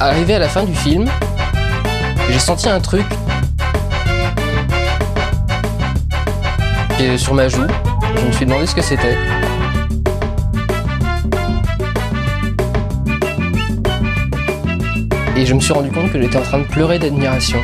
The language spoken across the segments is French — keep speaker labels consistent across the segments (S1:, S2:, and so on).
S1: Arrivé à la fin du film, j'ai senti un truc et sur ma joue. Je me suis demandé ce que c'était. Et je me suis rendu compte que j'étais en train de pleurer d'admiration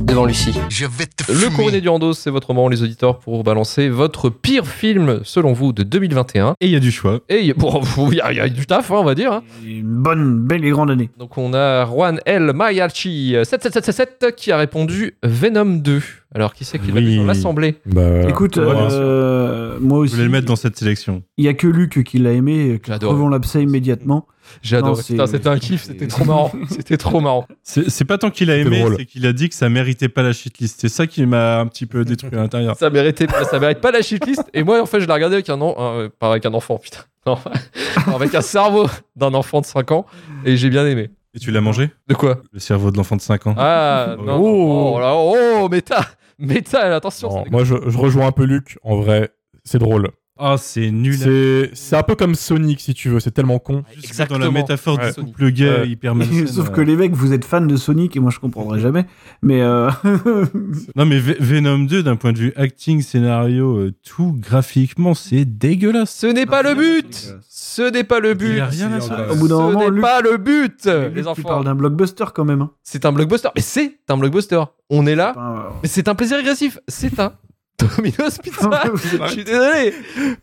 S1: devant Lucie.
S2: Je vais te
S3: Le Couronné du Rando, c'est votre moment, les auditeurs, pour balancer votre pire film, selon vous, de 2021.
S4: Et il y a du choix.
S3: Et il y, a- bon, il y a- il y a du taf, hein, on va dire. hein.
S5: Une bonne, belle et grande année.
S3: Donc on a Juan El euh, Mayachi 77777 qui a répondu Venom 2. Alors qui c'est qui l'a
S4: Oui.
S3: mis dans l'assemblée
S4: Bah,
S5: Écoute,
S4: ouais, bien sûr.
S5: euh, moi
S4: je
S5: aussi,
S4: voulais le mettre dans cette sélection.
S5: il n'y a que Luc qui l'a aimé.
S3: J'adore.
S5: Crevons l'abcès immédiatement.
S3: J'ai
S5: Non,
S3: adoré.
S5: c'est-
S3: Putain, c'était un kiff, c'était trop marrant. C'était trop marrant.
S4: C'est c'est pas tant qu'il a
S6: C'était
S4: aimé,
S6: drôle.
S4: c'est qu'il a dit que ça méritait pas la shitlist. C'est ça qui m'a un petit peu détruit à l'intérieur.
S3: Ça méritait, ça mérite pas la shitlist. Et moi, en fait, je l'ai regardé avec un, an- un- euh, pas avec un enfant, putain. Non, non, avec un cerveau d'un enfant de 5 ans. Et j'ai bien aimé.
S4: Et tu l'as mangé
S3: De quoi
S4: Le cerveau de l'enfant de 5 ans.
S3: Ah, non.
S6: Oh.
S3: Oh, là, oh, méta Méta, attention.
S6: Non,
S3: ça
S6: moi, je, je rejoins un peu Luc. En vrai, c'est drôle.
S4: Ah, c'est nul.
S6: C'est c'est un peu comme Sonic, si tu veux. C'est tellement con.
S4: Juste Dans la
S3: Exactement.
S4: métaphore
S3: Ouais.
S4: du couple gay
S6: Ouais.
S4: hyper malsaine,
S5: Sauf
S4: euh.
S5: que les mecs, vous êtes fans de Sonic et moi je comprendrai jamais. Mais euh,
S4: Non, mais Ve- Venom 2, d'un point de vue acting, scénario, euh, tout graphiquement, c'est dégueulasse.
S3: Ce n'est pas le but
S5: euh,
S3: Ce n'est pas le but
S4: Il a rien à se
S5: au bout d'un
S3: Ce
S5: moment,
S3: n'est
S5: Luc,
S3: pas le but,
S5: Luc,
S3: Euh, les
S5: tu
S3: enfants.
S5: parles d'un blockbuster quand même. hein.
S3: C'est un blockbuster. Mais c'est un blockbuster. On est là.
S5: Enfin,
S3: Mais C'est un plaisir régressif. C'est un Domino's Pizza.
S5: euh, Vous êtes-
S3: je suis désolé.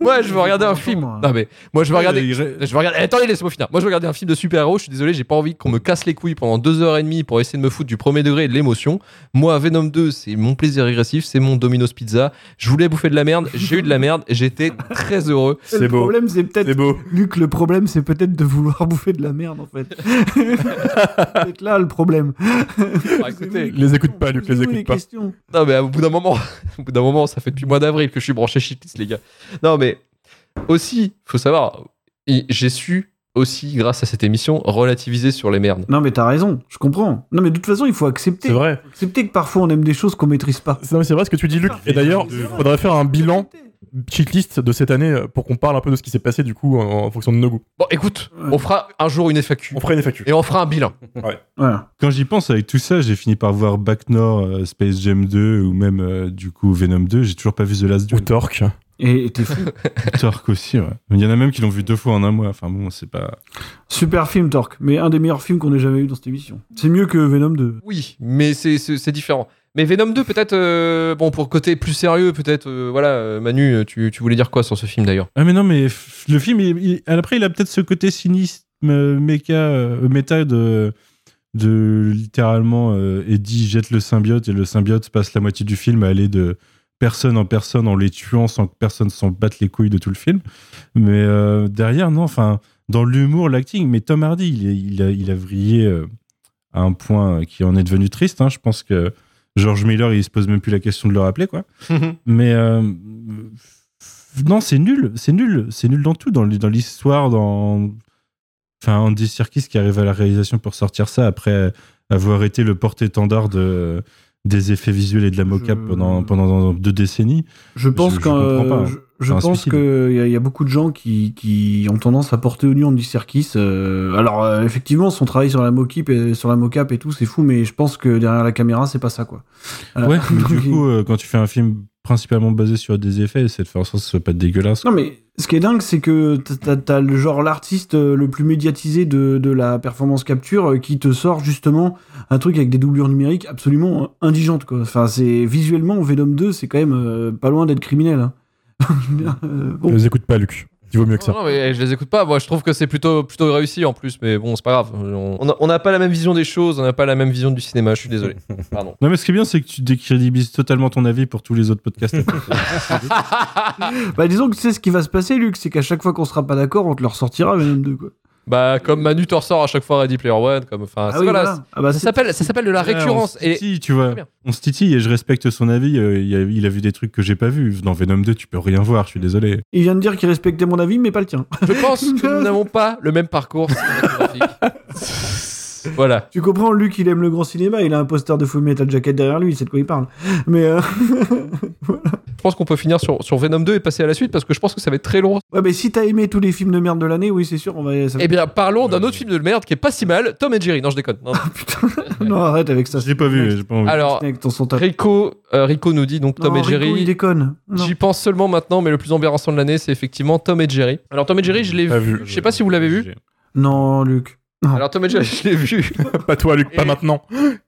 S3: Moi, je veux regarder un film.
S5: hein.
S3: Non, mais moi, je veux regarder. Je vais regarder. Eh, Attendez, laissez-moi finir. Moi, je veux regarder un film de super-héros. Je suis désolé, j'ai pas envie qu'on me casse les couilles pendant deux heures et demie pour essayer de me foutre du premier degré et de l'émotion. Moi, Venom 2, c'est mon plaisir régressif, c'est mon Domino's Pizza. Je voulais bouffer de la merde, j'ai eu de la merde, j'étais très heureux.
S6: C'est
S5: le
S6: beau.
S5: problème, c'est
S6: C'est
S5: peut-être
S6: beau.
S5: Luc. Le problème, c'est peut-être de vouloir bouffer de la merde en fait. C'est peut-être là le problème.
S3: Ah, écoutez,
S6: Les écoute pas, Luc, les
S5: Posez-nous
S6: écoute pas.
S5: questions.
S3: Non, mais au bout d'un moment, au bout d'un moment, ça fait depuis le mois d'avril que je suis branché shitlist, les gars. Non, mais aussi, faut savoir, et j'ai su aussi, grâce à cette émission, relativiser sur les merdes.
S5: Non, mais t'as raison. Je comprends. Non, mais de toute façon, il faut accepter.
S6: C'est vrai.
S5: Accepter que parfois on aime des choses qu'on maîtrise pas.
S6: C'est non, mais c'est vrai ce que tu dis, Luc. Et d'ailleurs, faudrait faire un bilan cheatlist de cette année euh, pour qu'on parle un peu de ce qui s'est passé du coup en, en fonction de nos goûts.
S3: Bon, écoute, on fera un jour une FAQ
S6: On ferait une FAQ.
S3: et on fera un bilan.
S5: Voilà.
S4: Quand j'y pense, avec tout ça, j'ai fini par voir Back North, euh, Space Jam 2 ou même euh, du coup Venom 2. J'ai toujours pas vu The Last
S6: Ou
S4: Duel.
S6: Torque.
S5: Et et t'es fou.
S4: Torque aussi, ouais. Il y en a même qui l'ont vu deux fois en un mois. Enfin bon, c'est pas.
S5: Super film, Torque. Mais un des meilleurs films qu'on ait jamais eu dans cette émission. C'est mieux que Venom 2.
S3: Oui, mais c'est- c'est c'est différent. Mais Venom 2, peut-être, euh, bon, pour le côté plus sérieux, peut-être, euh, voilà, euh, Manu, tu, tu voulais dire quoi sur ce film d'ailleurs
S4: Ah, mais non, mais f- le film, il- il- après, il a peut-être ce côté cynisme euh, méca, euh, méta de, de littéralement euh, Eddie jette le symbiote et le symbiote passe la moitié du film à aller de personne en personne en les tuant sans que personne s'en batte les couilles de tout le film. Mais euh, derrière, non, enfin, dans l'humour, l'acting, mais Tom Hardy, il, est- il, a, il a vrillé euh, à un point qui en est devenu triste. hein. Je pense que George Miller, il se pose même plus la question de le rappeler, quoi. Mais euh, non, c'est nul, c'est nul, c'est nul dans tout, dans l- dans l'histoire, dans. Enfin, Andy Serkis qui arrive à la réalisation pour sortir ça après avoir été le porte-étendard de, des effets visuels et de la mocap
S5: Je-
S4: pendant, pendant deux décennies.
S5: Je pense
S4: je
S5: qu'en-
S4: comprends pas.
S5: je, je
S4: un
S5: pense
S4: suicide.
S5: qu'il y, a- y a beaucoup de gens qui, qui ont tendance à porter au nu Andy Serkis. euh, alors euh, effectivement, son travail sur la mocap et sur la mocap et tout, c'est fou, mais je pense que derrière la caméra, c'est pas ça quoi. Voilà.
S4: Ouais, mais du
S5: Donc,
S4: coup, euh, quand tu fais un film principalement basé sur des effets, c'est de faire en sorte que ce soit pas dégueulasse.
S5: Non mais ce qui est dingue, c'est que t'as- t'as t'as le genre l'artiste euh, le plus médiatisé de, de la performance capture euh, qui te sort justement un truc avec des doublures numériques absolument euh, indigentes quoi. Enfin c'est visuellement Venom 2, c'est quand même euh, pas loin d'être criminel. hein. Je veux dire, euh, bon.
S6: Ne les écoute pas, Luc. Il vaut mieux que ça.
S3: Non, non, mais eh, je les écoute pas. Moi, je trouve que c'est plutôt, plutôt réussi en plus, mais bon, c'est pas grave. On on a- on n'a pas la même vision des choses, on n'a pas la même vision du cinéma, je suis désolé. Pardon.
S4: Non, mais ce qui est bien, c'est que tu décrédibilises totalement ton avis pour tous les autres podcasts.
S5: Bah disons que tu sais ce qui va se passer, Luc, c'est qu'à chaque fois qu'on sera pas d'accord, on te le ressortira Venom 2 quoi.
S3: Bah, comme Manu t'en ressort à chaque fois Ready Player One, comme. Enfin, c'est-
S5: oui,
S3: voilà,
S5: voilà. Ah bah,
S3: Ça
S5: c'est-
S3: s'appelle, ça s'appelle de la
S4: Ouais,
S3: récurrence.
S4: on se
S3: Et
S4: titille, tu vois.
S3: Très bien.
S4: On se titille et je respecte son avis. euh, il, y a, il a vu des trucs que j'ai pas vu. Dans Venom 2, tu peux rien voir, je suis désolé.
S5: Il vient de dire qu'il respectait mon avis, mais pas le tien.
S3: je pense que nous n'avons pas le même parcours cinématographique. voilà.
S5: Tu comprends, Luc, il aime le grand cinéma, il a un poster de Full Metal Jacket derrière lui, il sait de quoi il parle. Mais euh,
S3: pense qu'on peut finir sur, sur Venom 2 et passer à la suite parce que je pense que ça va être très long.
S5: Ouais, mais si t'as aimé tous les films de merde de l'année, oui, c'est sûr, on va. ça va-
S3: Eh bien, parlons d'un autre film de merde qui est pas si mal, Tom et Jerry. Non, je déconne. Non.
S5: Putain, non, arrête avec ça.
S4: J'ai pas vu, j'ai pas envie.
S3: Alors,
S5: Avec ton son top.
S3: Rico, euh, Rico nous dit donc Tom
S5: Non,
S3: et
S5: Rico,
S3: Jerry.
S5: il déconne. Non.
S3: J'y pense seulement maintenant, mais le plus embarrassant de l'année, c'est effectivement Tom et Jerry. Alors Tom et Jerry, je l'ai
S6: Pas
S3: vu.
S6: vu.
S3: Ah, Je sais pas si vous l'avez vu.
S5: Non, Luc.
S3: Alors Tom et Jerry, je l'ai vu.
S6: Pas toi, Luc, pas
S3: Et-
S6: maintenant.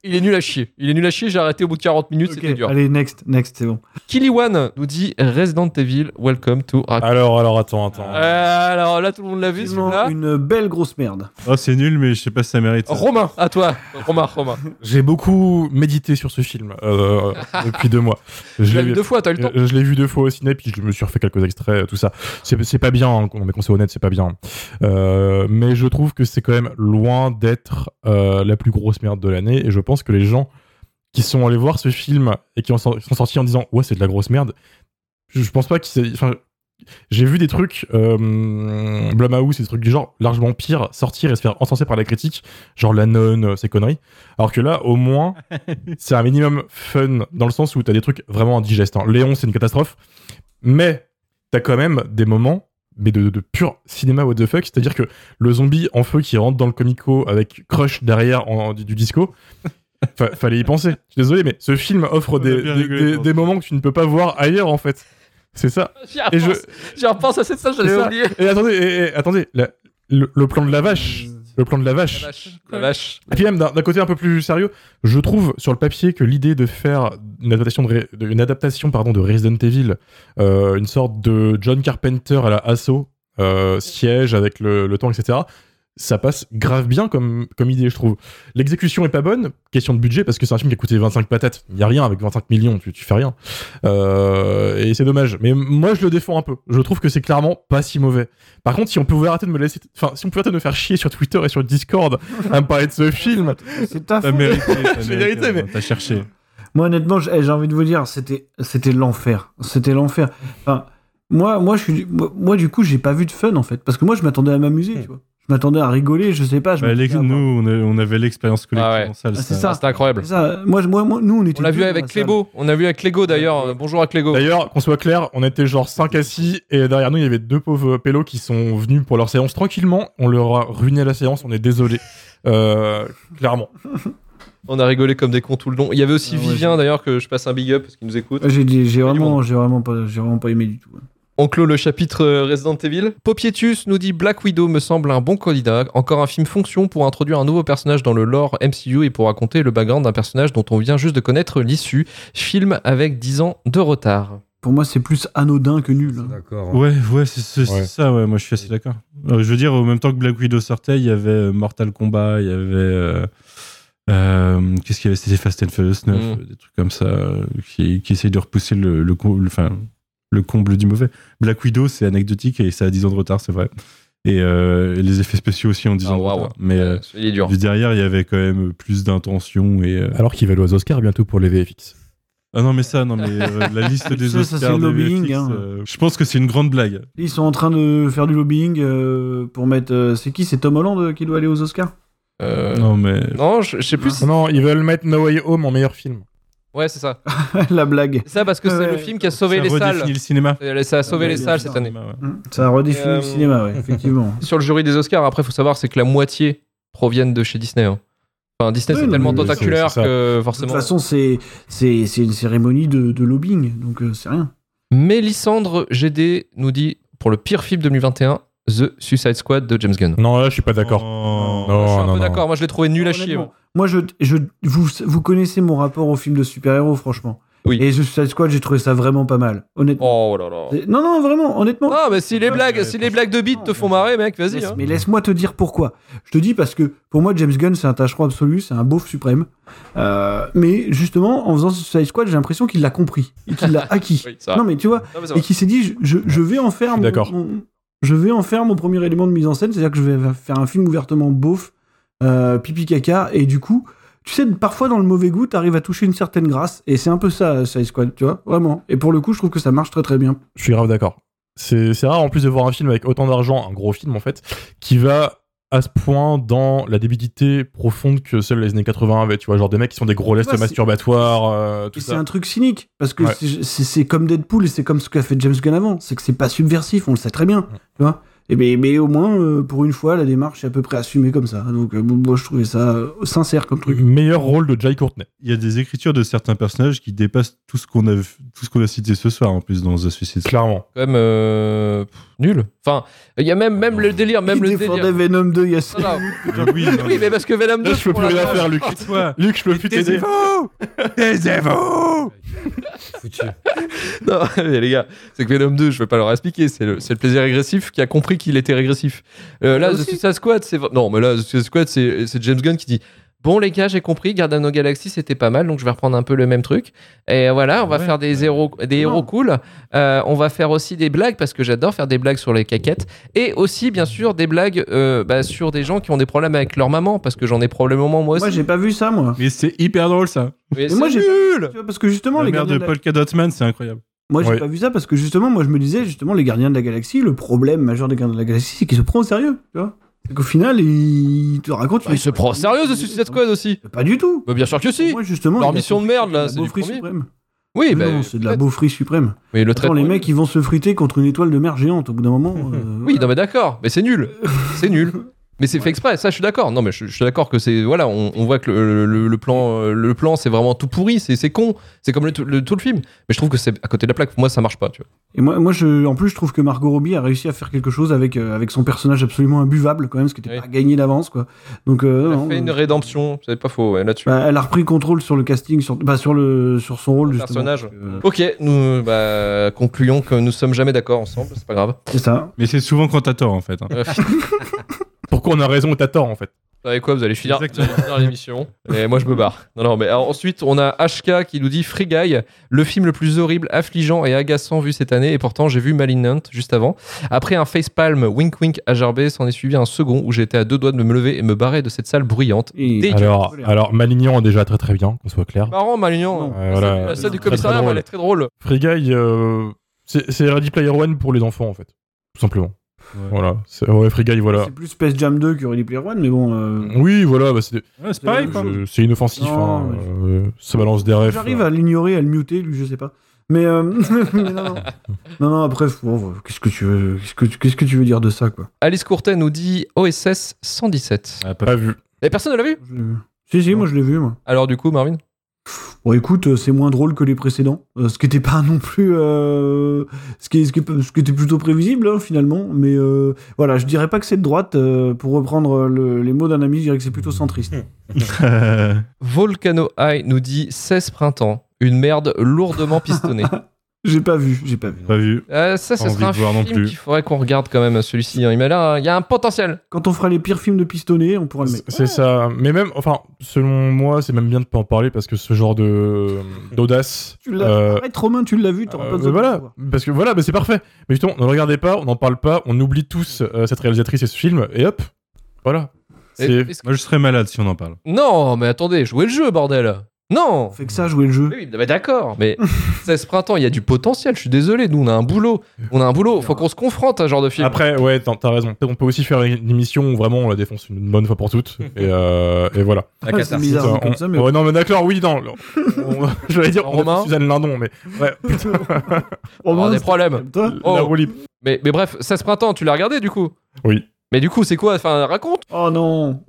S3: Il est nul à chier. Il est nul à chier. J'ai arrêté au bout de 40 minutes.
S5: Ok,
S3: C'était dur.
S5: Allez, next, next, c'est bon.
S3: Killiwan nous dit Resident Evil. Welcome to. Ark-
S6: Alors, alors, attends, attends.
S3: Euh, alors là, tout le monde l'a vu
S5: Effectivement,
S3: celui-là.
S5: une belle grosse merde.
S4: Oh, c'est nul, mais je sais pas si ça mérite. ça.
S3: Romain, à toi. Romain, Romain.
S6: J'ai beaucoup médité sur ce film euh, depuis deux mois.
S3: Tu
S6: Je
S3: l'as
S6: l'ai-
S3: vu deux fois. T'as eu le temps.
S6: Euh, Je l'ai vu deux fois au ciné, puis je me suis refait quelques extraits, euh, tout ça. C'est c'est pas bien, hein, qu'on- mais qu'on soit honnête, c'est pas bien. Euh, mais je trouve que c'est quand même loin d'être euh, la plus grosse merde de l'année, et je pense que les gens qui sont allés voir ce film et qui en sont, qui sont sortis en disant ouais c'est de la grosse merde, je, je pense pas qu'ils. aient- Enfin, j'ai vu des trucs, euh, Blumhouse, et des trucs du genre largement pire sortir et se faire encenser par la critique, genre la nonne, euh, ces conneries. Alors que là, au moins, c'est un minimum fun dans le sens où t'as des trucs vraiment indigestes. hein. Léon, c'est une catastrophe, mais t'as quand même des moments mais de, de- de pur cinéma what the fuck, c'est-à-dire que le zombie en feu qui rentre dans le comico avec Crush derrière en- du, du disco, fa- fallait y penser. Je suis désolé, mais ce film offre
S4: On a bien
S6: des, des-
S4: rigolé,
S6: des-
S4: je pense.
S6: des moments que tu ne peux pas voir ailleurs en fait. C'est ça.
S3: J'y
S6: Euh, Et je,
S3: repense. J'y repense à cette scène.
S6: C'est
S3: J'avais
S6: ça.
S3: oublié.
S6: et attendez, et- et attendez, la- le, le plan de la vache, le plan de la vache.
S3: La vache. La vache.
S6: Et puis même d'un d'un côté un peu plus sérieux, je trouve sur le papier que l'idée de faire une adaptation de, Re- de- une adaptation pardon de Resident Evil, euh, une sorte de John Carpenter à la assaut, euh, siège avec le, le temps etc. Ça passe grave bien comme, comme idée, je trouve. L'exécution est pas bonne, question de budget, parce que c'est un film qui a coûté 25 patates. Il y a rien avec 25 millions, tu, tu fais rien. Euh, et c'est dommage. Mais moi, je le défends un peu. Je trouve que c'est clairement pas si mauvais. Par contre, si on pouvait arrêter de me laisser, enfin, si on pouvait arrêter de me faire chier sur Twitter et sur Discord à me parler de ce film,
S5: C'est ta
S4: T'as
S5: faute.
S4: mérité. t'as
S6: Je l'ai mérité, mais-
S4: euh, T'as cherché.
S5: Moi, honnêtement, eh, j'ai j'ai envie de vous dire, c'était, c'était l'enfer. C'était l'enfer. Enfin, moi, moi, je suis, moi, moi, du coup, j'ai pas vu de fun, en fait. Parce que moi, je m'attendais à m'amuser, tu vois. Je m'attendais à rigoler, je sais pas. Je
S4: Bah,
S5: m'attendais
S4: l'ex-
S5: à-
S4: nous, on, a- on avait l'expérience collective
S3: Ah ouais.
S4: en salle.
S5: Ah, c'est ça.
S3: C'était incroyable.
S5: C'est ça. Moi, je- moi, moi, nous, on était.
S3: On l'a vu
S5: deux dans
S3: avec
S5: la salle.
S3: Clébo. On a vu avec Lego d'ailleurs. Euh, Bonjour à Clégo.
S6: D'ailleurs, qu'on soit clair, on était genre 5 assis et derrière nous, il y avait deux pauvres pélos qui sont venus pour leur séance tranquillement. On leur a ruiné la séance, on est désolé. Euh, clairement.
S3: On a rigolé comme des cons tout le long. Il y avait aussi
S5: Ah ouais,
S3: Vivien d'ailleurs que je passe un big up parce qu'il nous écoute.
S5: J'ai, dit- j'ai
S3: monde.
S5: vraiment, j'ai vraiment pas, j'ai vraiment pas aimé du tout.
S3: On clôt le chapitre euh, Resident Evil. Popietus nous dit Black Widow me semble un bon candidat. Encore un film fonction pour introduire un nouveau personnage dans le lore MCU et pour raconter le background d'un personnage dont on vient juste de connaître l'issue. Film avec 10 ans de retard.
S5: Pour moi, c'est plus anodin que nul. hein.
S2: D'accord.
S4: Ouais, ouais, c'est c'est-
S6: Ouais.
S4: c'est ça, ouais, moi je suis assez d'accord. Euh, je veux dire, au même temps que Black Widow sortait, il y avait euh, Mortal Kombat, il y avait. euh, euh, Qu'est-ce qu'il y avait C'était Fast and Furious 9,
S3: Mm.
S4: euh, des trucs comme ça, euh, qui, qui essayent de repousser le, le, com- le- enfin, le comble du mauvais. Black Widow, c'est anecdotique et ça a 10 ans de retard, c'est vrai. Et, euh, et les effets spéciaux aussi ont 10
S3: Ah,
S4: ans de
S3: waouh.
S4: retard. Mais euh,
S3: Il est dur.
S4: vu derrière, il y avait quand même plus d'intention et. euh,
S6: Alors qu'ils veulent aux Oscars bientôt pour les VFX.
S4: Ah non, mais ça, non, mais euh, la liste des
S5: Ça, ça,
S4: Oscars.
S5: c'est le
S4: des
S5: lobbying,
S4: VFX,
S5: hein.
S4: euh, je pense que c'est une grande blague.
S5: Ils sont en train de faire du lobbying euh, pour mettre. euh, c'est qui C'est Tom Holland euh, qui doit aller aux Oscars
S3: Euh,
S4: Non, mais.
S3: Non, je, je sais plus. si-
S6: Non, ils veulent mettre No Way Home en meilleur film.
S3: Ouais, c'est ça.
S5: La blague.
S3: C'est ça parce que c'est
S5: Ah. Ouais.
S3: le film qui a sauvé
S4: ça
S3: les
S4: redéfinit
S3: salles.
S4: le cinéma.
S3: Euh, Ça a sauvé
S5: Ah,
S3: les
S5: bien
S3: salles
S5: sûr.
S3: cette année.
S4: Ouais, ouais.
S5: Hmm, Ça redéfinit
S3: Euh,
S5: le cinéma, ouais, effectivement.
S3: sur le jury des Oscars, après, faut savoir, c'est que la moitié proviennent de chez Disney. hein. Enfin, Disney,
S5: Oui,
S3: c'est
S5: non,
S3: tellement
S5: mais c'est-
S3: tentaculaire
S6: c'est ça.
S3: que
S5: De toute
S3: forcément.
S5: façon, c'est c'est c'est une cérémonie de, de lobbying, donc euh, c'est rien.
S3: Mélissandre GD nous dit pour le pire film 2021, The Suicide Squad de James Gunn.
S6: Non, là, je suis pas d'accord.
S4: Oh.
S6: Non,
S3: je suis un
S6: non,
S3: peu
S6: non.
S3: d'accord, moi je l'ai trouvé nul à chier. hein.
S5: Honnêtement, Moi, je, je, vous, vous connaissez mon rapport aux films de super-héros, franchement.
S3: Oui.
S5: Et The Suicide Squad, j'ai trouvé ça vraiment pas mal, honnêtement.
S3: Oh là là.
S5: C'est- Non, non, vraiment, honnêtement.
S3: Non, mais si les blagues,
S4: Ouais,
S3: si les blagues de bite te font marrer, mec, vas-y.
S5: Laisse-
S3: hein.
S5: mais laisse-moi te dire pourquoi. Je te dis parce que pour moi, James Gunn, c'est un tâcheron absolu, c'est un beauf suprême. Euh, mais justement, en faisant ce Suicide Squad, j'ai l'impression qu'il l'a compris et qu'il l'a acquis.
S3: Oui, ça va.
S5: non, mais tu vois,
S3: Non, mais ça va.
S5: et qui s'est dit je, je, je vais en faire
S6: suis d'accord.
S5: mon- je vais en faire mon premier élément de mise en scène c'est à dire que je vais faire un film ouvertement beauf euh, pipi caca et du coup tu sais parfois dans le mauvais goût t'arrives à toucher une certaine grâce et c'est un peu ça Suicide Squad tu vois vraiment et pour le coup je trouve que ça marche très très bien
S6: Je suis grave d'accord. C'est c'est rare en plus de voir un film avec autant d'argent, un gros film en fait, qui va à ce point dans la débidité profonde que seuls les années 80 avaient, tu vois, genre des mecs qui sont des gros lestes
S5: Ouais, c'est-
S6: masturbatoires, euh, tout
S5: Et c'est
S6: ça.
S5: un truc cynique, parce que
S6: Ouais.
S5: c'est- c'est c'est comme Deadpool et c'est comme ce qu'a fait James Gunn avant. C'est que c'est pas subversif, on le sait très bien. Tu vois et mais, mais au moins, euh, pour une fois, la démarche est à peu près assumée comme ça. Donc, euh, moi, je trouvais ça euh, sincère comme truc.
S6: Meilleur rôle de Jai Courtney.
S4: Il y a des écritures de certains personnages qui dépassent tout ce qu'on a, tout ce qu'on a cité ce soir en plus dans The Suicide Squad.
S6: Clairement.
S3: Quand même euh, pff, nul. Enfin, il y a même, même le délire, même
S5: Il
S3: le
S5: défendait
S3: délire. Ah,
S5: Venom 2 il y a
S3: Non, non.
S4: Oui, non,
S3: Oui, mais parce que Venom 2,
S6: Là, je peux
S3: pour
S6: plus
S3: la
S6: rien
S3: vache.
S6: faire, Luc.
S4: Toi,
S6: Luc, je peux plus t'aider.
S2: Foutu.
S3: Non, mais les gars, c'est que Venom 2, je vais pas leur expliquer, c'est le, c'est le plaisir régressif qui a compris qu'il était régressif. Euh, là,
S5: Moi
S3: The
S5: aussi.
S3: Suicide Squad, c'est. Non, mais là, The Suicide Squad, c'est c'est James Gunn qui dit Bon, les gars, j'ai compris, Guardian of the Galaxy, c'était pas mal, donc je vais reprendre un peu le même truc. Et voilà, on va
S4: Ouais.
S3: faire des héros, des héros cool. Euh, on va faire aussi des blagues, parce que j'adore faire des blagues sur les caquettes. Et aussi, bien sûr, des blagues euh, bah, sur des gens qui ont des problèmes avec leur maman, parce que j'en ai probablement moi aussi.
S5: Moi, j'ai pas vu ça, moi.
S4: mais c'est hyper drôle ça.
S3: Mais
S5: Mais moi,
S3: c'est
S5: j'ai-
S3: nul
S5: Tu vois, Parce que justement,
S4: La
S5: les
S4: mère
S5: gardiens
S4: de
S5: de la-
S4: Polka Dot Man, c'est incroyable.
S5: Moi, j'ai
S6: Ouais.
S5: pas vu ça parce que justement, moi, je me disais, justement, les gardiens de la galaxie, le problème majeur des gardiens de la galaxie, c'est qu'ils se prennent au sérieux, tu vois. C'est qu'au final, ils te racontent.
S3: Bah, Il se prend au sérieux, The Suicide Squad aussi
S5: Pas du tout.
S3: Bah, Bien sûr que si
S5: Moi, justement.
S3: Leur
S5: il y a
S3: mission de
S5: ce truc
S3: merde, là,
S5: la
S3: c'est du
S5: beaufrie
S3: premier.
S5: suprême.
S3: Oui,
S5: Mais
S3: bah,
S5: non, c'est de la
S3: peut-être.
S5: beaufrie suprême.
S3: Mais le
S5: Attends,
S3: traitement-
S5: les mecs, ils vont se friter contre une étoile de mer géante au bout d'un moment. euh,
S3: Oui,
S5: voilà.
S3: non, mais d'accord, mais c'est nul. C'est nul. Mais c'est fait exprès, ça je suis d'accord. Non, mais je, je suis d'accord que c'est. Voilà, on, on voit que le, le- le plan, euh, le plan c'est vraiment tout pourri, c'est c'est con. C'est comme le, tout- le- tout le film. Mais je trouve que c'est à côté de la plaque. Pour moi, ça marche pas, tu vois.
S5: Et moi, moi je, en plus, je trouve que Margot Robbie a réussi à faire quelque chose avec, euh, avec son personnage absolument imbuvable, quand même, ce qui n'était
S3: Oui.
S5: pas gagné d'avance, quoi. Donc, euh,
S3: Elle a
S5: non,
S3: fait
S5: euh,
S3: une rédemption, c'est pas faux, ouais, là-dessus.
S5: bah, elle a repris contrôle sur le casting, sur, bah, sur, le, sur son rôle,
S3: Le
S5: justement.
S3: personnage.
S5: parce que, euh,
S3: Ok, nous bah, concluons que nous sommes jamais d'accord ensemble, c'est pas grave.
S5: C'est ça.
S4: Mais c'est souvent quand t'as tort en fait. hein.
S6: Pourquoi on a raison ou t'as tort, en fait
S3: Avec quoi vous allez finir, vous
S4: Exactement.
S3: allez finir l'émission Et moi je me barre. Non, non, mais alors, ensuite on a HK qui nous dit Free Guy, le film le plus horrible, affligeant et agaçant vu cette année. Et pourtant j'ai vu Malignant juste avant. Après un facepalm wink wink à Jarbet, s'en est suivi un second où j'étais à deux doigts de me lever et me barrer de cette salle bruyante.
S5: Et-
S3: Des-
S6: Alors,
S5: colère.
S6: alors Malignan est déjà très très bien, qu'on soit clair.
S3: Marrant Malignant.
S5: Non.
S6: Euh,
S3: La
S6: voilà.
S3: salle- La salle Bah, du
S6: Très, très
S3: commissariat,
S6: drôle.
S3: elle est très drôle.
S6: Free Guy, euh, c'est c'est Ready Player One pour les enfants, en fait. Tout simplement.
S4: Ouais.
S6: Voilà. C'est- Ouais, Free Guy, voilà.
S5: C'est plus Space Jam 2 que Ready Player One, mais bon. euh,
S6: Oui, voilà, bah, c'est
S4: Ouais, c'est pareil.
S5: Euh,
S4: quoi.
S6: je- c'est inoffensif.
S5: Non,
S6: hein,
S5: mais je-
S6: euh, ça balance des refs. euh,
S5: J'arrive à l'ignorer, à le muter, lui, je sais pas. Mais, euh, mais non, non. non, non, après, bon, qu'est-ce que tu veux, qu'est-ce que, tu- qu'est-ce que tu veux dire de ça, quoi
S3: Alice Courtet nous dit OSS 117.
S4: Ah, pas-
S6: Pas vu.
S3: Et personne ne l'a vu
S5: Je- Si, si, moi je l'ai vu, moi.
S3: Alors du coup, Marvin
S5: Bon, écoute, euh, c'est moins drôle que les précédents, euh, ce qui était pas non plus, euh, ce qui, ce qui, ce qui était plutôt prévisible hein, finalement. Mais euh, voilà, je dirais pas que c'est de droite. euh, pour reprendre le- les mots d'un ami, je dirais que c'est plutôt centriste.
S6: Hmm.
S3: Volcano High nous dit 16 printemps. Une merde lourdement pistonnée.
S5: J'ai pas vu, j'ai pas vu.
S4: pas vu.
S3: Euh, ça, ça
S4: Envie
S3: serait
S4: de
S3: un
S4: voir non
S3: film
S4: plus.
S3: qu'il faudrait qu'on regarde quand même, celui-ci. hein. Il m'a l'air, hein, il y a un potentiel.
S5: Quand on fera les pires films de pistonné, on pourra le mettre.
S6: C'est ça. Mais même, enfin, selon moi, c'est même bien de pas en parler parce que ce genre de d'audace.
S5: Tu l'as.
S6: euh,
S5: Arrête, Romain, tu l'as vu, t'auras
S6: euh,
S5: pas besoin de le
S6: voilà,
S5: voir.
S6: parce que voilà, bah, c'est parfait. Mais justement, on ne le regardait pas, on n'en parle pas, on oublie tous euh, cette réalisatrice et ce film, et hop, voilà.
S3: Et-
S6: C'est-
S3: est-ce que-
S4: Moi je serais malade si on en parle.
S3: Non, mais attendez, jouez le jeu, bordel. Non.
S5: On fait que ça, jouer le jeu.
S3: Oui, oui, bah, d'accord. Mais 16 printemps, il y a du potentiel. Je suis désolé. Nous, on a un boulot. On a un boulot. Faut qu'on se confronte à ce genre de film.
S6: Après, ouais, t'as t'as raison. On peut aussi faire une émission où vraiment on la défonce une bonne fois pour toutes. et, euh, et voilà.
S5: Ah, c'est bizarre
S6: Putain,
S5: dit comme
S6: on-
S5: ça, mais
S6: ouais, non, mais d'accord, oui, non. On- J'allais dire on
S3: Romain
S6: Suzanne Lindon, mais ouais, putain,
S3: On a des problèmes.
S5: Comme Oh, toi.
S3: Oh.
S6: la roue libre.
S3: Mais, mais bref, 16 printemps, tu l'as regardé du coup
S6: Oui.
S3: Mais du coup, c'est quoi Enfin, raconte.
S5: Oh non.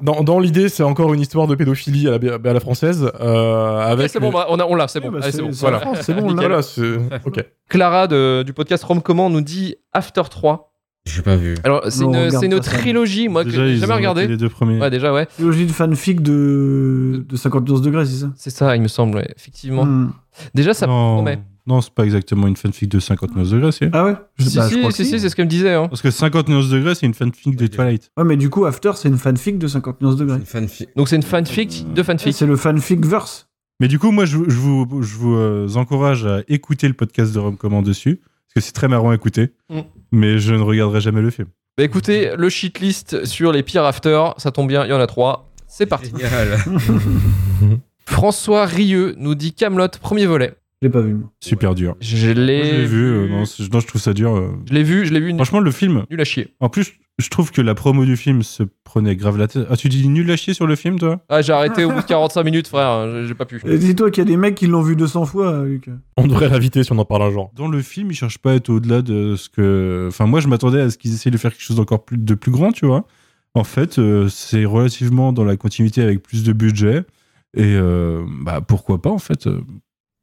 S6: Dans, dans l'idée, c'est encore une histoire de pédophilie à la, à la française. euh, avec
S3: Ok, c'est bon,
S6: le-
S3: bah, on a- on l'a, c'est bon.
S5: Bah,
S3: Allez, c'est bon.
S5: c'est
S3: Voilà.
S5: la France, c'est bon, là.
S6: Voilà, c'est. Ok.
S3: Clara de- du podcast Rome Comment nous dit After 3.
S2: J'ai pas vu.
S3: Alors, c'est
S5: Non,
S3: une,
S5: regarde
S3: c'est une
S5: pas ça.
S3: trilogie, moi, que
S4: Déjà,
S3: j'ai
S4: ils
S3: jamais
S4: ont raté
S3: regardé.
S4: Les deux premiers.
S3: Ouais, déjà, ouais.
S5: Trilogie de fanfic de, de 52 degrés, c'est ça
S3: C'est ça, il me semble, ouais, effectivement.
S5: Hmm.
S3: Déjà, ça
S4: non,
S3: promet.
S4: non, c'est pas exactement une fanfic de 59 degrés, c'est.
S5: Ah ouais Je-
S3: Si,
S5: bah, je
S3: si,
S5: crois que
S3: si,
S5: si.
S3: si, c'est ce qu'elle me disait. Hein.
S4: Parce que 59 degrés, c'est une fanfic de Twilight.
S5: Ouais, Ah, mais du coup, After, c'est une fanfic de 59 degrés.
S2: Une fanfic.
S3: Donc, c'est une
S5: Euh,
S3: fanfic de fanfic.
S5: C'est le fanfic verse.
S4: Mais du coup, moi, je, je vous, je vous euh, encourage à écouter le podcast de Romcommand dessus. Parce que c'est très marrant à écouter.
S3: Mm.
S4: Mais je ne regarderai jamais le film.
S3: Bah écoutez, le cheat list sur les pires after, ça tombe bien, il y en a trois. C'est parti.
S2: Génial.
S3: François Rieux nous dit Camelot, premier volet.
S5: Je l'ai pas vu, moi.
S4: Super dur.
S3: Je
S4: Moi, je l'ai
S3: l'ai
S4: vu. euh, non, c'est- non, je trouve ça dur. euh.
S3: Je l'ai vu, je l'ai vu,
S4: Franchement, le film,
S3: nul à chier.
S4: en plus, je trouve que la promo du film se prenait grave la tête. Ah, tu dis nul à chier sur le film, toi
S3: Ah, j'ai arrêté au bout de 45 minutes, frère. hein, J'ai- J'ai pas pu.
S5: Et Dis-toi qu'il y a des mecs qui l'ont vu 200 fois, euh, Luc.
S6: On devrait l'inviter si on en parle un jour.
S4: Dans le film, ils cherchent pas à être au-delà de ce que. Enfin, moi, je m'attendais à ce qu'ils essayent de faire quelque chose d'encore plus, de plus grand, tu vois. En fait, euh, c'est relativement dans la continuité avec plus de budget. Et euh, bah, pourquoi pas, en fait. euh,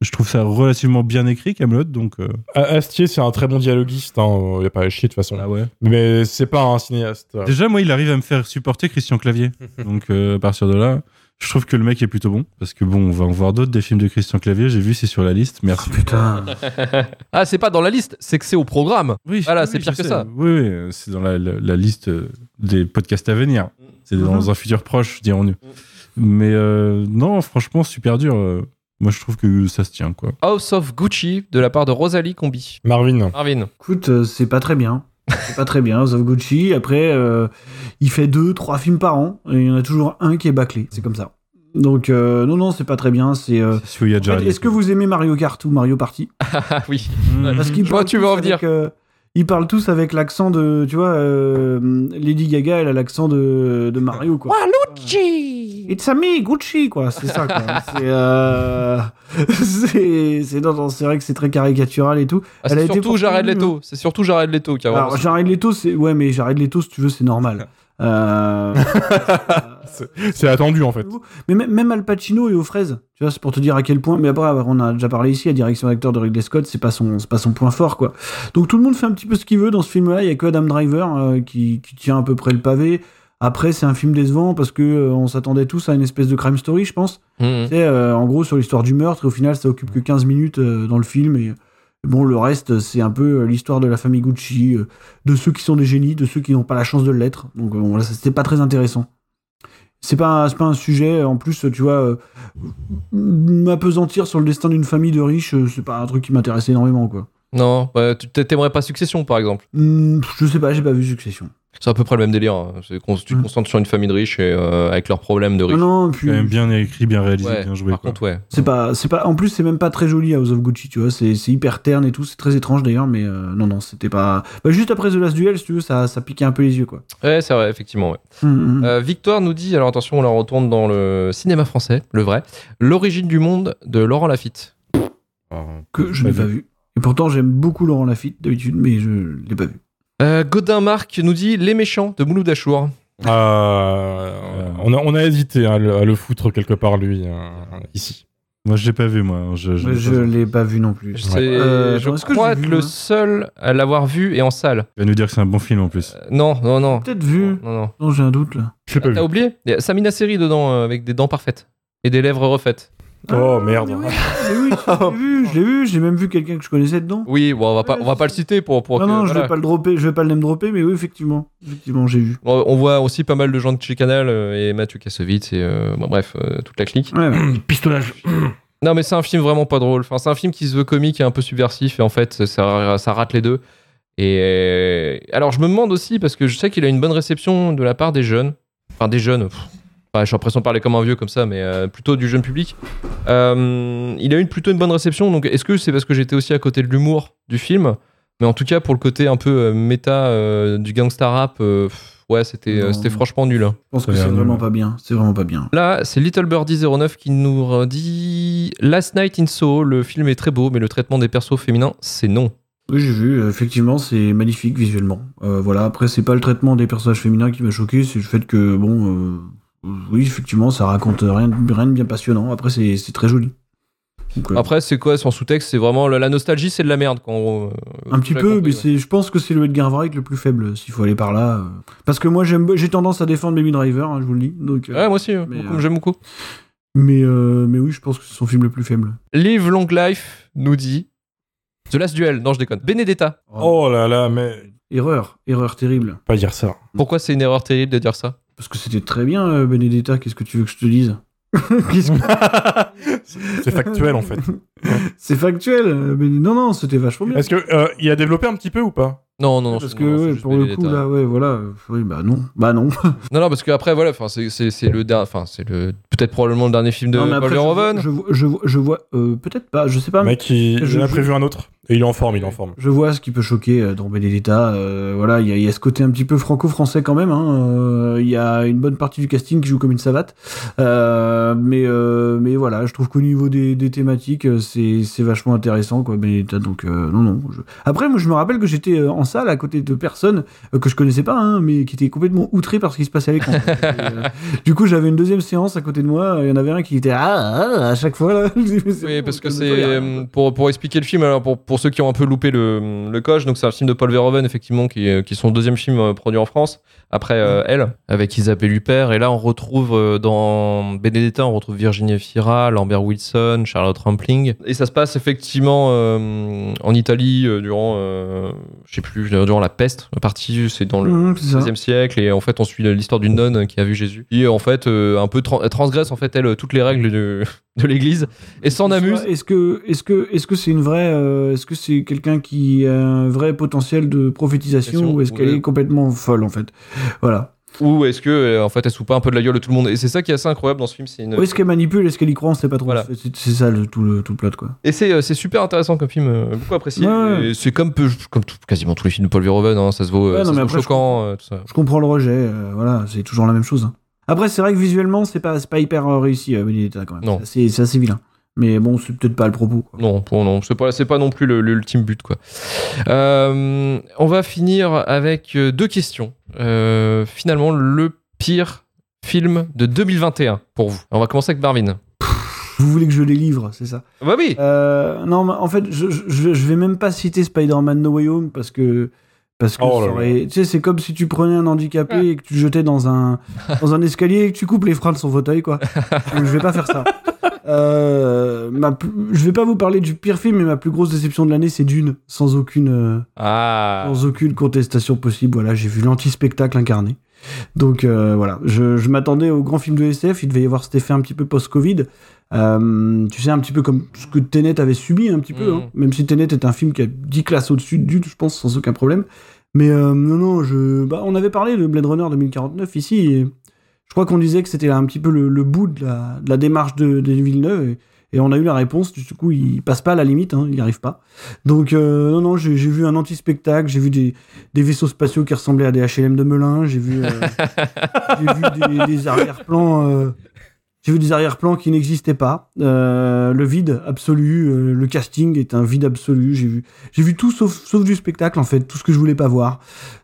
S4: Je trouve ça relativement bien écrit, Camelot. Donc, euh,
S6: A- Astier, c'est un très bon dialoguiste, hein, il a pas à chier de toute façon.
S4: ouais.
S6: Mais c'est pas un cinéaste.
S4: Déjà, moi, il arrive à me faire supporter Christian Clavier. Donc, euh, à partir de là, je trouve que le mec est plutôt bon. Parce que bon, on va en voir d'autres des films de Christian Clavier. J'ai vu, c'est sur la liste. Merci.
S5: Putain.
S3: Ah, c'est pas dans la liste, c'est que c'est au programme.
S4: Oui,
S3: Voilà,
S4: oui,
S3: c'est pire
S4: je
S3: que
S4: sais.
S3: ça.
S4: Oui, oui, euh, c'est dans la, la- la liste euh, des podcasts à venir. C'est dans un futur proche, dirons-nous. Mais euh, non, franchement, super dur. euh, Moi, je trouve que ça se tient, quoi.
S3: House of Gucci de la part de Rosalie Combi.
S6: Marvin.
S3: Marvin.
S5: Écoute, euh, c'est pas très bien. C'est pas très bien, House of Gucci. Après, euh, il fait deux, trois films par an. Et il y en a toujours un qui est bâclé. C'est comme ça. Donc, euh, non, non, c'est pas très bien. C'est. euh,
S4: C'est celui où il y a
S5: en fait,
S4: Jared
S5: Est-ce que
S4: Leto.
S5: vous aimez Mario Kart ou Mario Party
S3: Ah oui.
S5: Parce
S4: Mhm.
S3: Je
S5: qu'ils
S3: vois
S5: parlent
S3: où tu
S5: tous
S3: veux en
S5: avec,
S3: venir.
S5: euh, ils parlent tous avec l'accent de, tu vois, euh, Lady Gaga, elle a l'accent de, de Mario, quoi.
S3: Gucci
S5: It's a me, Gucci, quoi. C'est ça, quoi. c'est, euh, c'est, c'est, non, non, c'est vrai que c'est très caricatural et tout.
S3: Ah,
S5: Elle a
S3: c'est
S5: été
S3: surtout
S5: pour-
S3: Jared Leto. C'est surtout Jared Leto qui a
S5: Alors,
S3: vraiment.
S5: Jared Leto, c'est, ouais, mais Jared Leto, si tu veux, c'est normal. Euh,
S6: C'est attendu en fait.
S5: mais même- même Al Pacino et aux fraises, tu vois, c'est pour te dire à quel point. Mais après, on a déjà parlé ici, la direction d'acteur de Ridley Scott, c'est pas son, c'est pas son point fort, quoi. Donc tout le monde fait un petit peu ce qu'il veut dans ce film-là. Il y a que Adam Driver euh, qui, qui tient à peu près le pavé. Après, c'est un film décevant parce que euh, on s'attendait tous à une espèce de crime story, je pense.
S3: Mhm.
S5: Tu sais, euh, en gros, sur l'histoire du meurtre, et au final, ça occupe que 15 minutes euh, dans le film. Et bon, le reste, c'est un peu euh, l'histoire de la famille Gucci, euh, de ceux qui sont des génies, de ceux qui n'ont pas la chance de l'être. Donc, euh, bon, là, ça, c'était pas très intéressant. C'est pas, c'est pas un sujet, en plus, tu vois, euh, m'apesantir sur le destin d'une famille de riches, euh, c'est pas un truc qui m'intéresse énormément, quoi.
S3: Non, bah, tu t'aimerais pas Succession par exemple.
S5: Hmm, je sais pas, j'ai pas vu Succession.
S3: C'est à peu près le même délire. hein. C'est qu'on- tu te
S5: Mhm.
S3: concentres sur une famille de riches et, euh, avec leurs problèmes de
S5: Non,
S3: riches.
S5: non,
S4: Quand
S5: puis.
S4: même bien écrit, bien réalisé,
S3: Ouais,
S4: bien joué.
S3: par
S4: quoi.
S3: contre, ouais.
S5: C'est pas, c'est pas. En plus, c'est même pas très joli House of Gucci, tu vois. C'est, c'est hyper terne et tout. C'est très étrange d'ailleurs, mais euh, non, non, c'était pas. Bah, juste après The Last Duel, si tu veux, ça, ça piquait un peu les yeux, quoi.
S3: Ouais, c'est vrai, effectivement. ouais.
S5: Hum, hum.
S3: Euh, Victoire nous dit, alors attention, on la retourne dans le cinéma français, le vrai, L'origine du monde de Laurent Lafitte.
S2: Oh.
S5: que je n'ai
S4: pas
S5: pas vu. Et pourtant, j'aime beaucoup Laurent Lafitte d'habitude, mais je l'ai pas vu.
S3: Euh, Godin Marc nous dit Les méchants de Mouloud Achour.
S6: Euh, on, a, on a hésité hein, à le, à le foutre quelque part lui hein, ici.
S4: Moi, je l'ai pas vu, moi. hein. Je, je l'ai
S5: Je
S4: pas vu.
S5: l'ai pas vu non plus.
S3: C'est-
S5: Euh,
S3: je
S5: attends, est-ce que
S3: crois
S5: j'ai
S3: être
S5: vu,
S3: le
S5: moi
S3: seul à l'avoir vu et en salle.
S4: Tu vas nous dire que c'est un bon film en plus.
S3: Euh, non, non, non.
S5: Peut-être vu.
S3: Non, non.
S5: Non, j'ai un doute là.
S6: Je l'ai
S3: Ah,
S6: pas vu.
S3: T'as oublié Il y a Samina Seri dedans euh, avec des dents parfaites et des lèvres refaites.
S6: Oh,
S5: Ah,
S6: merde.
S5: mais oui, mais oui, je l'ai vu, je l'ai vu. J'ai même vu quelqu'un que je connaissais dedans.
S3: Oui, bon, on va pas, on va pas le citer pour. pour
S5: non,
S3: que-
S5: non, je
S3: voilà.
S5: vais pas le dropper, je vais pas le name dropper, mais oui, effectivement, effectivement, j'ai vu.
S3: On on voit aussi pas mal de gens de chez Canal euh, et Mathieu Kassovitz et euh, bon, bref, euh, toute la clique.
S5: Ouais, ouais.
S3: Non, mais c'est un film vraiment pas drôle. Enfin, c'est un film qui se veut comique et un peu subversif, et en fait, ça, ça rate les deux. Et euh, alors, je me demande aussi, parce que je sais qu'il a une bonne réception de la part des jeunes. Enfin, des jeunes. pff. Enfin, j'ai l'impression de parler comme un vieux comme ça, mais euh, plutôt du jeune public. Euh, il a eu plutôt une bonne réception, donc est-ce que c'est parce que j'étais aussi à côté de l'humour du film Mais en tout cas, pour le côté un peu euh, méta euh, du gangsta rap, euh, pff, ouais, c'était euh,
S5: Non.
S3: c'était franchement nul.
S5: Je pense que
S4: Ouais,
S5: c'est
S4: non.
S5: vraiment pas bien. C'est vraiment pas bien.
S3: Là, c'est Little Birdie 09 qui nous dit Last Night in Soho, le film est très beau, mais le traitement des persos féminins, c'est non.
S5: Oui, j'ai vu, euh, effectivement, c'est magnifique visuellement. Euh, voilà, après, c'est pas le traitement des personnages féminins qui m'a choqué, c'est le fait que, bon, euh, oui, effectivement, ça raconte rien, de- rien de bien passionnant. Après, c'est c'est très joli. Donc, euh,
S3: Après, c'est quoi son sous-texte C'est vraiment la, la nostalgie, c'est de la merde. Quand on-
S5: un petit
S3: j'ai
S5: peu,
S3: compris,
S5: mais
S3: ouais.
S5: c'est je pense que c'est le Edgar Wright le plus faible, s'il faut aller par là. euh. Parce que moi, j'aime j'ai tendance à défendre Baby Driver, hein, je vous le dis. Donc, euh,
S3: Ouais, moi aussi, euh,
S5: Mais,
S3: beaucoup,
S5: euh,
S3: j'aime beaucoup.
S5: mais, euh, mais oui, je pense que c'est son film le plus faible.
S3: Live Long Life nous dit The Last Duel, non, je déconne. Benedetta.
S6: Oh là là, mais
S5: Erreur, erreur terrible.
S6: pas dire ça.
S3: Pourquoi c'est une erreur terrible de dire ça
S5: Parce que c'était très bien, euh, Benedetta, qu'est-ce que tu veux que je te dise Qu'est-ce que-
S6: C'est factuel en fait.
S5: C'est factuel, euh, mais non, non, c'était vachement bien.
S6: Est-ce que euh, il a développé un petit peu ou pas
S3: Non, non, non.
S5: parce
S3: c'est-
S5: que
S3: non, non, c'est
S5: ouais,
S3: juste
S5: pour le
S3: Benedetta.
S5: coup là ouais voilà euh, oui bah non bah non
S3: Non, non, parce qu'après, voilà, enfin, c'est c'est- c'est le, der- enfin, c'est le peut-être probablement le dernier film de
S5: Non, mais après,
S3: Paul
S5: je, vois-
S3: Verhoeven.
S5: je vois je vois, je vois- euh, peut-être pas je sais pas mais
S6: Mec, il,
S5: je-
S6: il en a
S5: je-
S6: prévu un autre. Et il est en forme, il est en forme.
S5: Je vois ce qui peut choquer euh, dans Benedetta. euh, voilà, il y, a- il y a ce côté un petit peu franco-français quand même. hein, euh, Il y a une bonne partie du casting qui joue comme une savate. Euh, mais, euh, mais voilà, je trouve qu'au niveau des, des thématiques, euh, c'est c'est vachement intéressant, quoi, Benedetta. Donc, euh, non, non. je- Après, moi, je me rappelle que j'étais euh, en salle à côté de personnes euh, que je connaissais pas, hein, mais qui étaient complètement outrées par ce qui se passait à l'écran. Et, euh, du coup, j'avais une deuxième séance à côté de moi. Il y en avait un qui était ah, ah, à chaque fois. Là. Je dis, mais c'est
S3: Oui,
S5: bon,
S3: parce que
S5: calme-toi, il y a
S3: c'est
S5: rien, quoi.
S3: euh, pour, pour expliquer le film. Alors pour, pour ceux qui ont un peu loupé le, le coche, donc c'est un film de Paul Verhoeven effectivement qui est, qui est son deuxième film euh, produit en France après euh, Elle avec Isabelle Huppert. Et là on retrouve euh, dans Benedetta on retrouve Virginie Fira, Lambert Wilson, Charlotte Rampling. Et ça se passe effectivement euh, en Italie euh, durant euh, je sais plus euh, durant la peste. La partie c'est dans le
S5: Mhm, c'est ça.
S3: 16e siècle et en fait on suit l'histoire d'une nonne qui a vu Jésus et en fait euh, un peu tran- elle transgresse en fait elle toutes les règles de, de l'église et s'en
S5: Est-ce-
S3: amuse
S5: Est-ce que est-ce que est-ce que c'est une vraie euh, est-ce que c'est quelqu'un qui a un vrai potentiel de prophétisation
S3: Prophétisation,
S5: ou est-ce qu'elle
S3: ouais.
S5: est complètement folle en fait Voilà.
S3: ou est-ce que euh, en fait elle soupe pas un peu de la gueule de tout le monde et c'est ça qui est assez incroyable dans ce film c'est une...
S5: Ou est-ce qu'elle manipule Est-ce qu'elle y croit On sait pas trop.
S3: Euh. Voilà.
S5: C'est- C'est ça le, tout le tout le plot quoi.
S3: et c'est euh, c'est super intéressant comme film euh, beaucoup apprécié
S5: Ouais, ouais.
S3: Et c'est comme peu- comme tout- quasiment tous les films de Paul Verhoeven hein, ça se vaut, euh,
S5: Ouais, non,
S3: ça se
S5: mais
S3: vaut
S5: après, je
S3: choquant euh, tout ça.
S5: Je comprends le rejet. euh, voilà, c'est toujours la même chose. hein. Après, c'est vrai que visuellement, c'est pas c'est pas hyper euh, réussi. euh, Benedetta quand même.
S3: Non.
S5: C'est assez- c'est assez vilain. Mais bon, c'est peut-être pas le propos. quoi.
S3: Non, bon, non, c'est pas, c'est pas non plus le- le- l'ultime but, quoi. Euh, on va finir avec euh, deux questions. Euh, finalement, le pire film de 2021 pour vous. On va commencer avec Marvin.
S5: Vous voulez que je les livre, c'est ça
S3: Bah oui.
S5: Euh, non, mais en fait, je, je- je, je vais même pas citer Spider-Man No Way Home parce que. Parce que
S6: Oh là
S5: ça
S6: là.
S5: aurait- tu sais, c'est comme si tu prenais un handicapé et que tu le jetais dans un, dans un escalier et que tu coupes les freins de son fauteuil, quoi. Donc je vais pas faire ça. Euh, ma plus- je vais pas vous parler du pire film, mais ma plus grosse déception de l'année, c'est Dune, sans aucune. euh,
S3: Ah.
S5: sans aucune contestation possible. Voilà, j'ai vu l'anti-spectacle incarné. Donc euh, voilà, je, je m'attendais au grand film de SF. Il devait y avoir cet effet un petit peu post-Covid. Euh, tu sais, un petit peu comme ce que Tenet avait subi, un petit peu. hein. Même si Tenet est un film qui a 10 classes au-dessus de Dune, je pense, sans aucun problème. Mais euh, non, non, je... bah, on avait parlé de Blade Runner 2049 ici. Et je crois qu'on disait que c'était un petit peu le, le bout de la, de la démarche de, de Villeneuve. Et, et on a eu la réponse. Du coup, il passe pas à la limite, hein, il n'y arrive pas. Donc, euh, non, non, j'ai j'ai vu un anti-spectacle, j'ai vu des, des vaisseaux spatiaux qui ressemblaient à des HLM de Melun, j'ai vu, euh, j'ai vu des, des arrière-plans. euh, j'ai vu des arrière-plans qui n'existaient pas. Euh, le vide absolu, euh, le casting est un vide absolu. J'ai vu, j'ai vu tout sauf, sauf du spectacle en fait, tout ce que je voulais pas voir.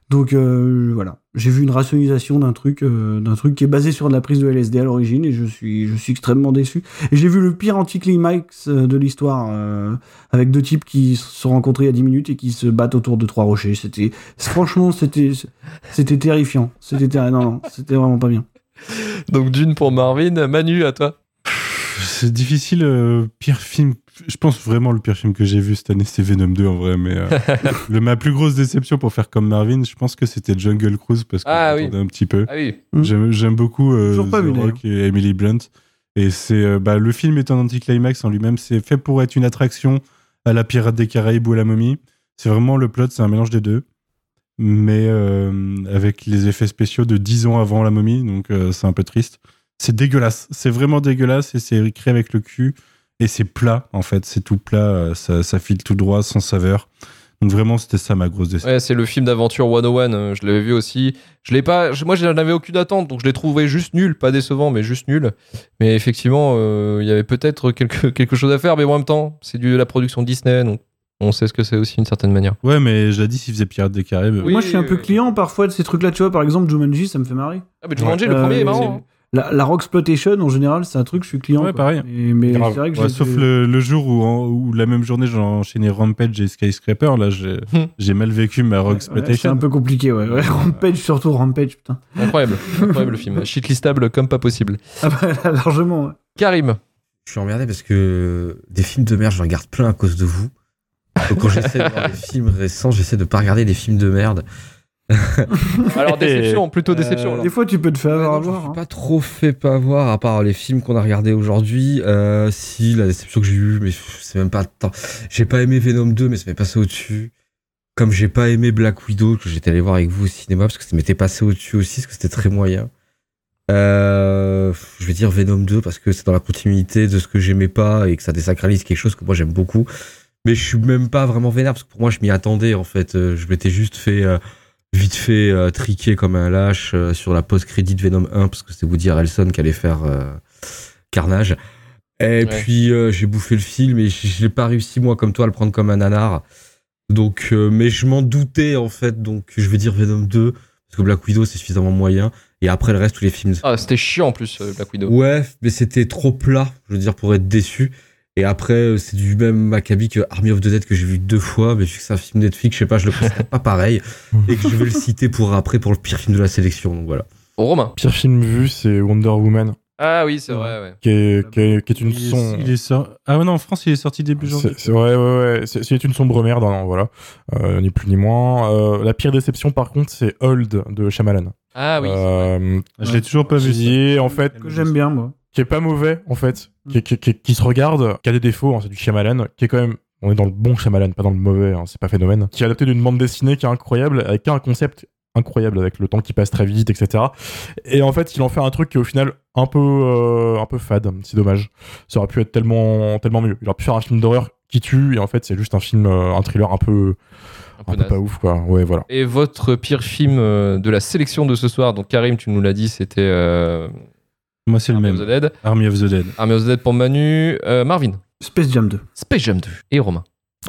S5: Donc euh, voilà, j'ai vu une rationalisation d'un truc, euh, d'un truc qui est basé sur de la prise de LSD à l'origine et je suis, je suis extrêmement déçu. Et j'ai vu le pire anticlimax euh, de l'histoire euh, avec deux types qui se sont rencontrés il y a 10 minutes et qui se battent autour de trois rochers. C'était, franchement, c'était, c'était terrifiant. C'était, terri- non, non, c'était vraiment pas bien.
S3: Donc d'une pour Marvin, Manu à toi.
S4: C'est difficile, euh, pire film. Je pense vraiment le pire film que j'ai vu cette année, c'est Venom 2 en vrai, mais euh, le, ma plus grosse déception pour faire comme Marvin, je pense que c'était Jungle Cruise parce que
S3: Ah
S4: je
S3: oui.
S4: m'attendais un petit peu.
S3: Ah oui.
S5: Mm.
S4: J'aime j'aime beaucoup euh,
S5: Toujours pas
S4: The
S5: vu, d'ailleurs.
S4: Rock et Emily Blunt. Et c'est euh, bah, le film est un anticlimax en lui-même. C'est fait pour être une attraction à la Pirate des Caraïbes ou à la Momie. C'est vraiment le plot, c'est un mélange des deux, mais euh, avec les effets spéciaux de 10 ans avant la Momie, donc euh, c'est un peu triste. C'est dégueulasse. C'est vraiment dégueulasse et c'est écrit avec le cul. Et c'est plat en fait. C'est tout plat. euh, Ça, ça file tout droit, sans saveur. Donc vraiment, c'était ça ma grosse déception.
S3: Ouais, c'est le film d'aventure 101. euh, Je l'avais vu aussi. Je l'ai pas. je- Moi, je n'avais aucune attente, donc je l'ai trouvé juste nul, pas décevant, mais juste nul. Mais effectivement, euh, il y avait peut-être quelque quelque chose à faire, mais en même temps, c'est de la production Disney, donc on sait ce que c'est aussi d'une certaine manière.
S4: Ouais, mais j'ai dit s'il faisait Pirates des Caraïbes.
S3: Oui,
S5: Moi, je suis un peu
S3: euh,
S5: client parfois de ces trucs-là. Tu vois, par exemple, Jumanji, ça me fait marrer.
S3: Ah, mais Jumanji, le
S5: Euh,
S3: premier est
S5: c'est-
S3: marrant. hein.
S5: La, la Rocksploitation, en général, c'est un truc, je suis client.
S4: Ouais,
S5: quoi.
S4: pareil.
S5: Mais, mais
S6: Grave.
S5: c'est vrai que
S4: Ouais,
S5: j'ai-
S4: sauf le, le jour où, en- où la même journée j'ai enchaîné Rampage et Skyscraper, là j'ai
S3: Hmm.
S4: j'ai mal vécu ma Rock
S5: Ouais, c'est un peu compliqué, ouais. ouais. Rampage, surtout Rampage, putain.
S3: hein. Incroyable. Incroyable le film. Shitlistable comme pas possible.
S5: Ah bah, là, largement, ouais.
S3: Karim.
S2: Je suis emmerdé parce que des films de merde, je regarde plein à cause de vous. Donc, quand j'essaie de voir des films récents, j'essaie de pas regarder des films de merde.
S3: Alors déception, plutôt déception. alors.
S5: Des fois, tu peux te faire
S2: Ouais, non,
S5: avoir.
S2: je me
S5: hein.
S2: suis pas trop fait pas voir à part les films qu'on a regardés aujourd'hui. Euh, si la déception que j'ai eue, mais pff, c'est même pas tant. J'ai pas aimé Venom 2, mais ça m'est passé au-dessus. Comme j'ai pas aimé Black Widow que j'étais allé voir avec vous au cinéma parce que ça m'était passé au-dessus aussi parce que c'était très moyen. Euh, je vais dire Venom 2 parce que c'est dans la continuité de ce que j'aimais pas et que ça désacralise quelque chose que moi j'aime beaucoup. mais je suis même pas vraiment vénère parce que pour moi je m'y attendais en fait. Euh, Je m'étais juste fait euh, vite fait euh, triquer comme un lâche euh, sur la post crédit de Venom 1 parce que c'est Woody Harrelson qui allait faire euh, Carnage. Et
S3: Ouais.
S2: puis euh, j'ai bouffé le film et j- j'ai pas réussi moi comme toi à le prendre comme un nanar. Donc euh, mais je m'en doutais en fait donc je vais dire Venom 2 parce que Black Widow c'est suffisamment moyen et après le reste tous les films
S3: Ah, c'était chiant en plus, euh, Black Widow.
S2: Ouais, mais c'était trop plat, je veux dire, pour être déçu. Et après, euh, c'est du même acabit que Army of the Dead que j'ai vu deux fois, mais vu que c'est un film Netflix, je sais pas, je le considère pas pareil. Et que je vais le citer pour après, pour le pire film de la sélection, donc voilà.
S3: Oh, Romain.
S6: Pire film vu, c'est Wonder Woman,
S3: Ah oui, c'est vrai, ouais.
S6: qui est, qui est- qui est une
S4: Ah, il, est-
S6: son.
S4: il est sor- Ah ouais, non, en France, il est sorti début janvier.
S6: C'est c'est- ouais, ouais, ouais. C'est c'est une sombre merde, non, voilà. Euh, ni plus ni moins. Euh, la pire déception, par contre, c'est Old de Shyamalan.
S3: Ah oui.
S6: Euh,
S4: Je l'ai toujours pas vu. ça.
S6: qui est, en fait,
S5: que j'aime bien, moi.
S6: qui est pas mauvais en fait,
S3: Mm.
S6: qui, est- qui, est- qui est- qui se regarde, qui a des défauts, hein, c'est du Shyamalan, qui est quand même, on est dans le bon Shyamalan, pas dans le mauvais, hein, c'est pas phénomène, qui est adapté d'une bande dessinée qui est incroyable, avec un concept incroyable avec le temps qui passe très vite, etc. Et en fait, il en fait un truc qui est au final un peu, euh, un peu fade, c'est dommage. Ça aurait pu être tellement, tellement mieux. Il aurait pu faire un film d'horreur qui tue, et en fait, c'est juste un film, euh, un thriller un peu,
S3: un peu
S6: un peu
S3: naze.
S6: pas ouf, quoi. Ouais, voilà.
S3: Et votre pire film euh, de la sélection de ce soir, donc Karim, tu nous l'as dit, c'était euh,
S4: Moi, c'est le
S3: Army of the
S4: même.
S3: Dead.
S4: Army of the Dead.
S3: Army of the Dead pour Manu. Euh, Marvin,
S5: Space Jam 2.
S3: Space Jam 2 et Romain.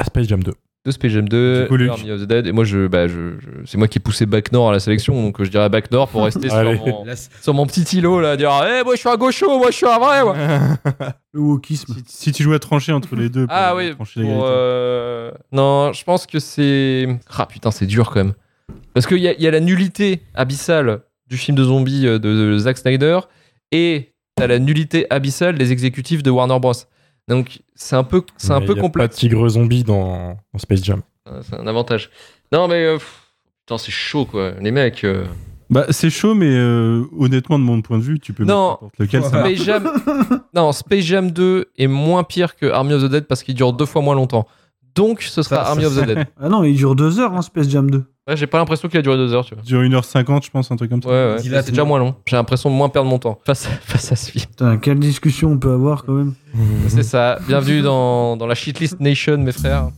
S6: Space Jam 2.
S3: De Space Jam
S4: Du
S3: 2,
S4: coup, Luc.
S3: Army of the Dead. Et moi, je, bah, je, je- c'est moi qui ai poussé Back Nord à la sélection, donc je dirais Back Nord pour rester sur,
S6: Allez.
S3: mon, sur mon petit îlot, là, dire Eh, moi je suis un gaucho, moi je suis un vrai, moi.
S5: Le wokisme.
S4: Si, si tu joues à trancher entre les deux, pour
S3: Ah oui,
S4: trancher
S3: pour,
S4: l'égalité.
S6: hein.
S3: euh, non, je pense que c'est. Ah putain, c'est dur quand même. Parce qu'il y a, il y a la nullité abyssale du film de zombies euh, de, de Zack Snyder et t'as la nullité abyssale des exécutifs de Warner Bros. Donc c'est un peu, c'est un
S6: Mais
S3: peu
S6: y a Pas
S3: complexe.
S6: de tigre zombie dans, dans Space Jam.
S3: Euh, C'est un avantage. Non mais euh, pff, putain, c'est chaud quoi, les mecs. euh.
S4: Bah, c'est chaud, mais euh, honnêtement, de mon point de vue, tu peux mettre
S3: Non.
S4: n'importe lequel. Ça
S2: Voilà.
S4: marche.
S3: Space Jam, non, Space Jam 2 est moins pire que Army of the Dead parce qu'il dure deux fois moins longtemps. Donc ce sera
S2: Ça, ça,
S3: Army of the Dead.
S5: Ah non, il dure deux heures, hein, Space Jam 2.
S3: Ouais, j'ai pas l'impression qu'il a duré deux heures, tu vois.
S4: Dure 1h50, je pense, un truc comme ça.
S3: Ouais, ouais.
S2: Dis-la,
S3: C'est déjà
S2: tout.
S3: moins long. J'ai l'impression de moins perdre mon temps face à, face à ce film.
S5: Putain, quelle discussion on peut avoir quand même.
S3: C'est ça. Bienvenue dans, dans la shitlist nation, mes frères.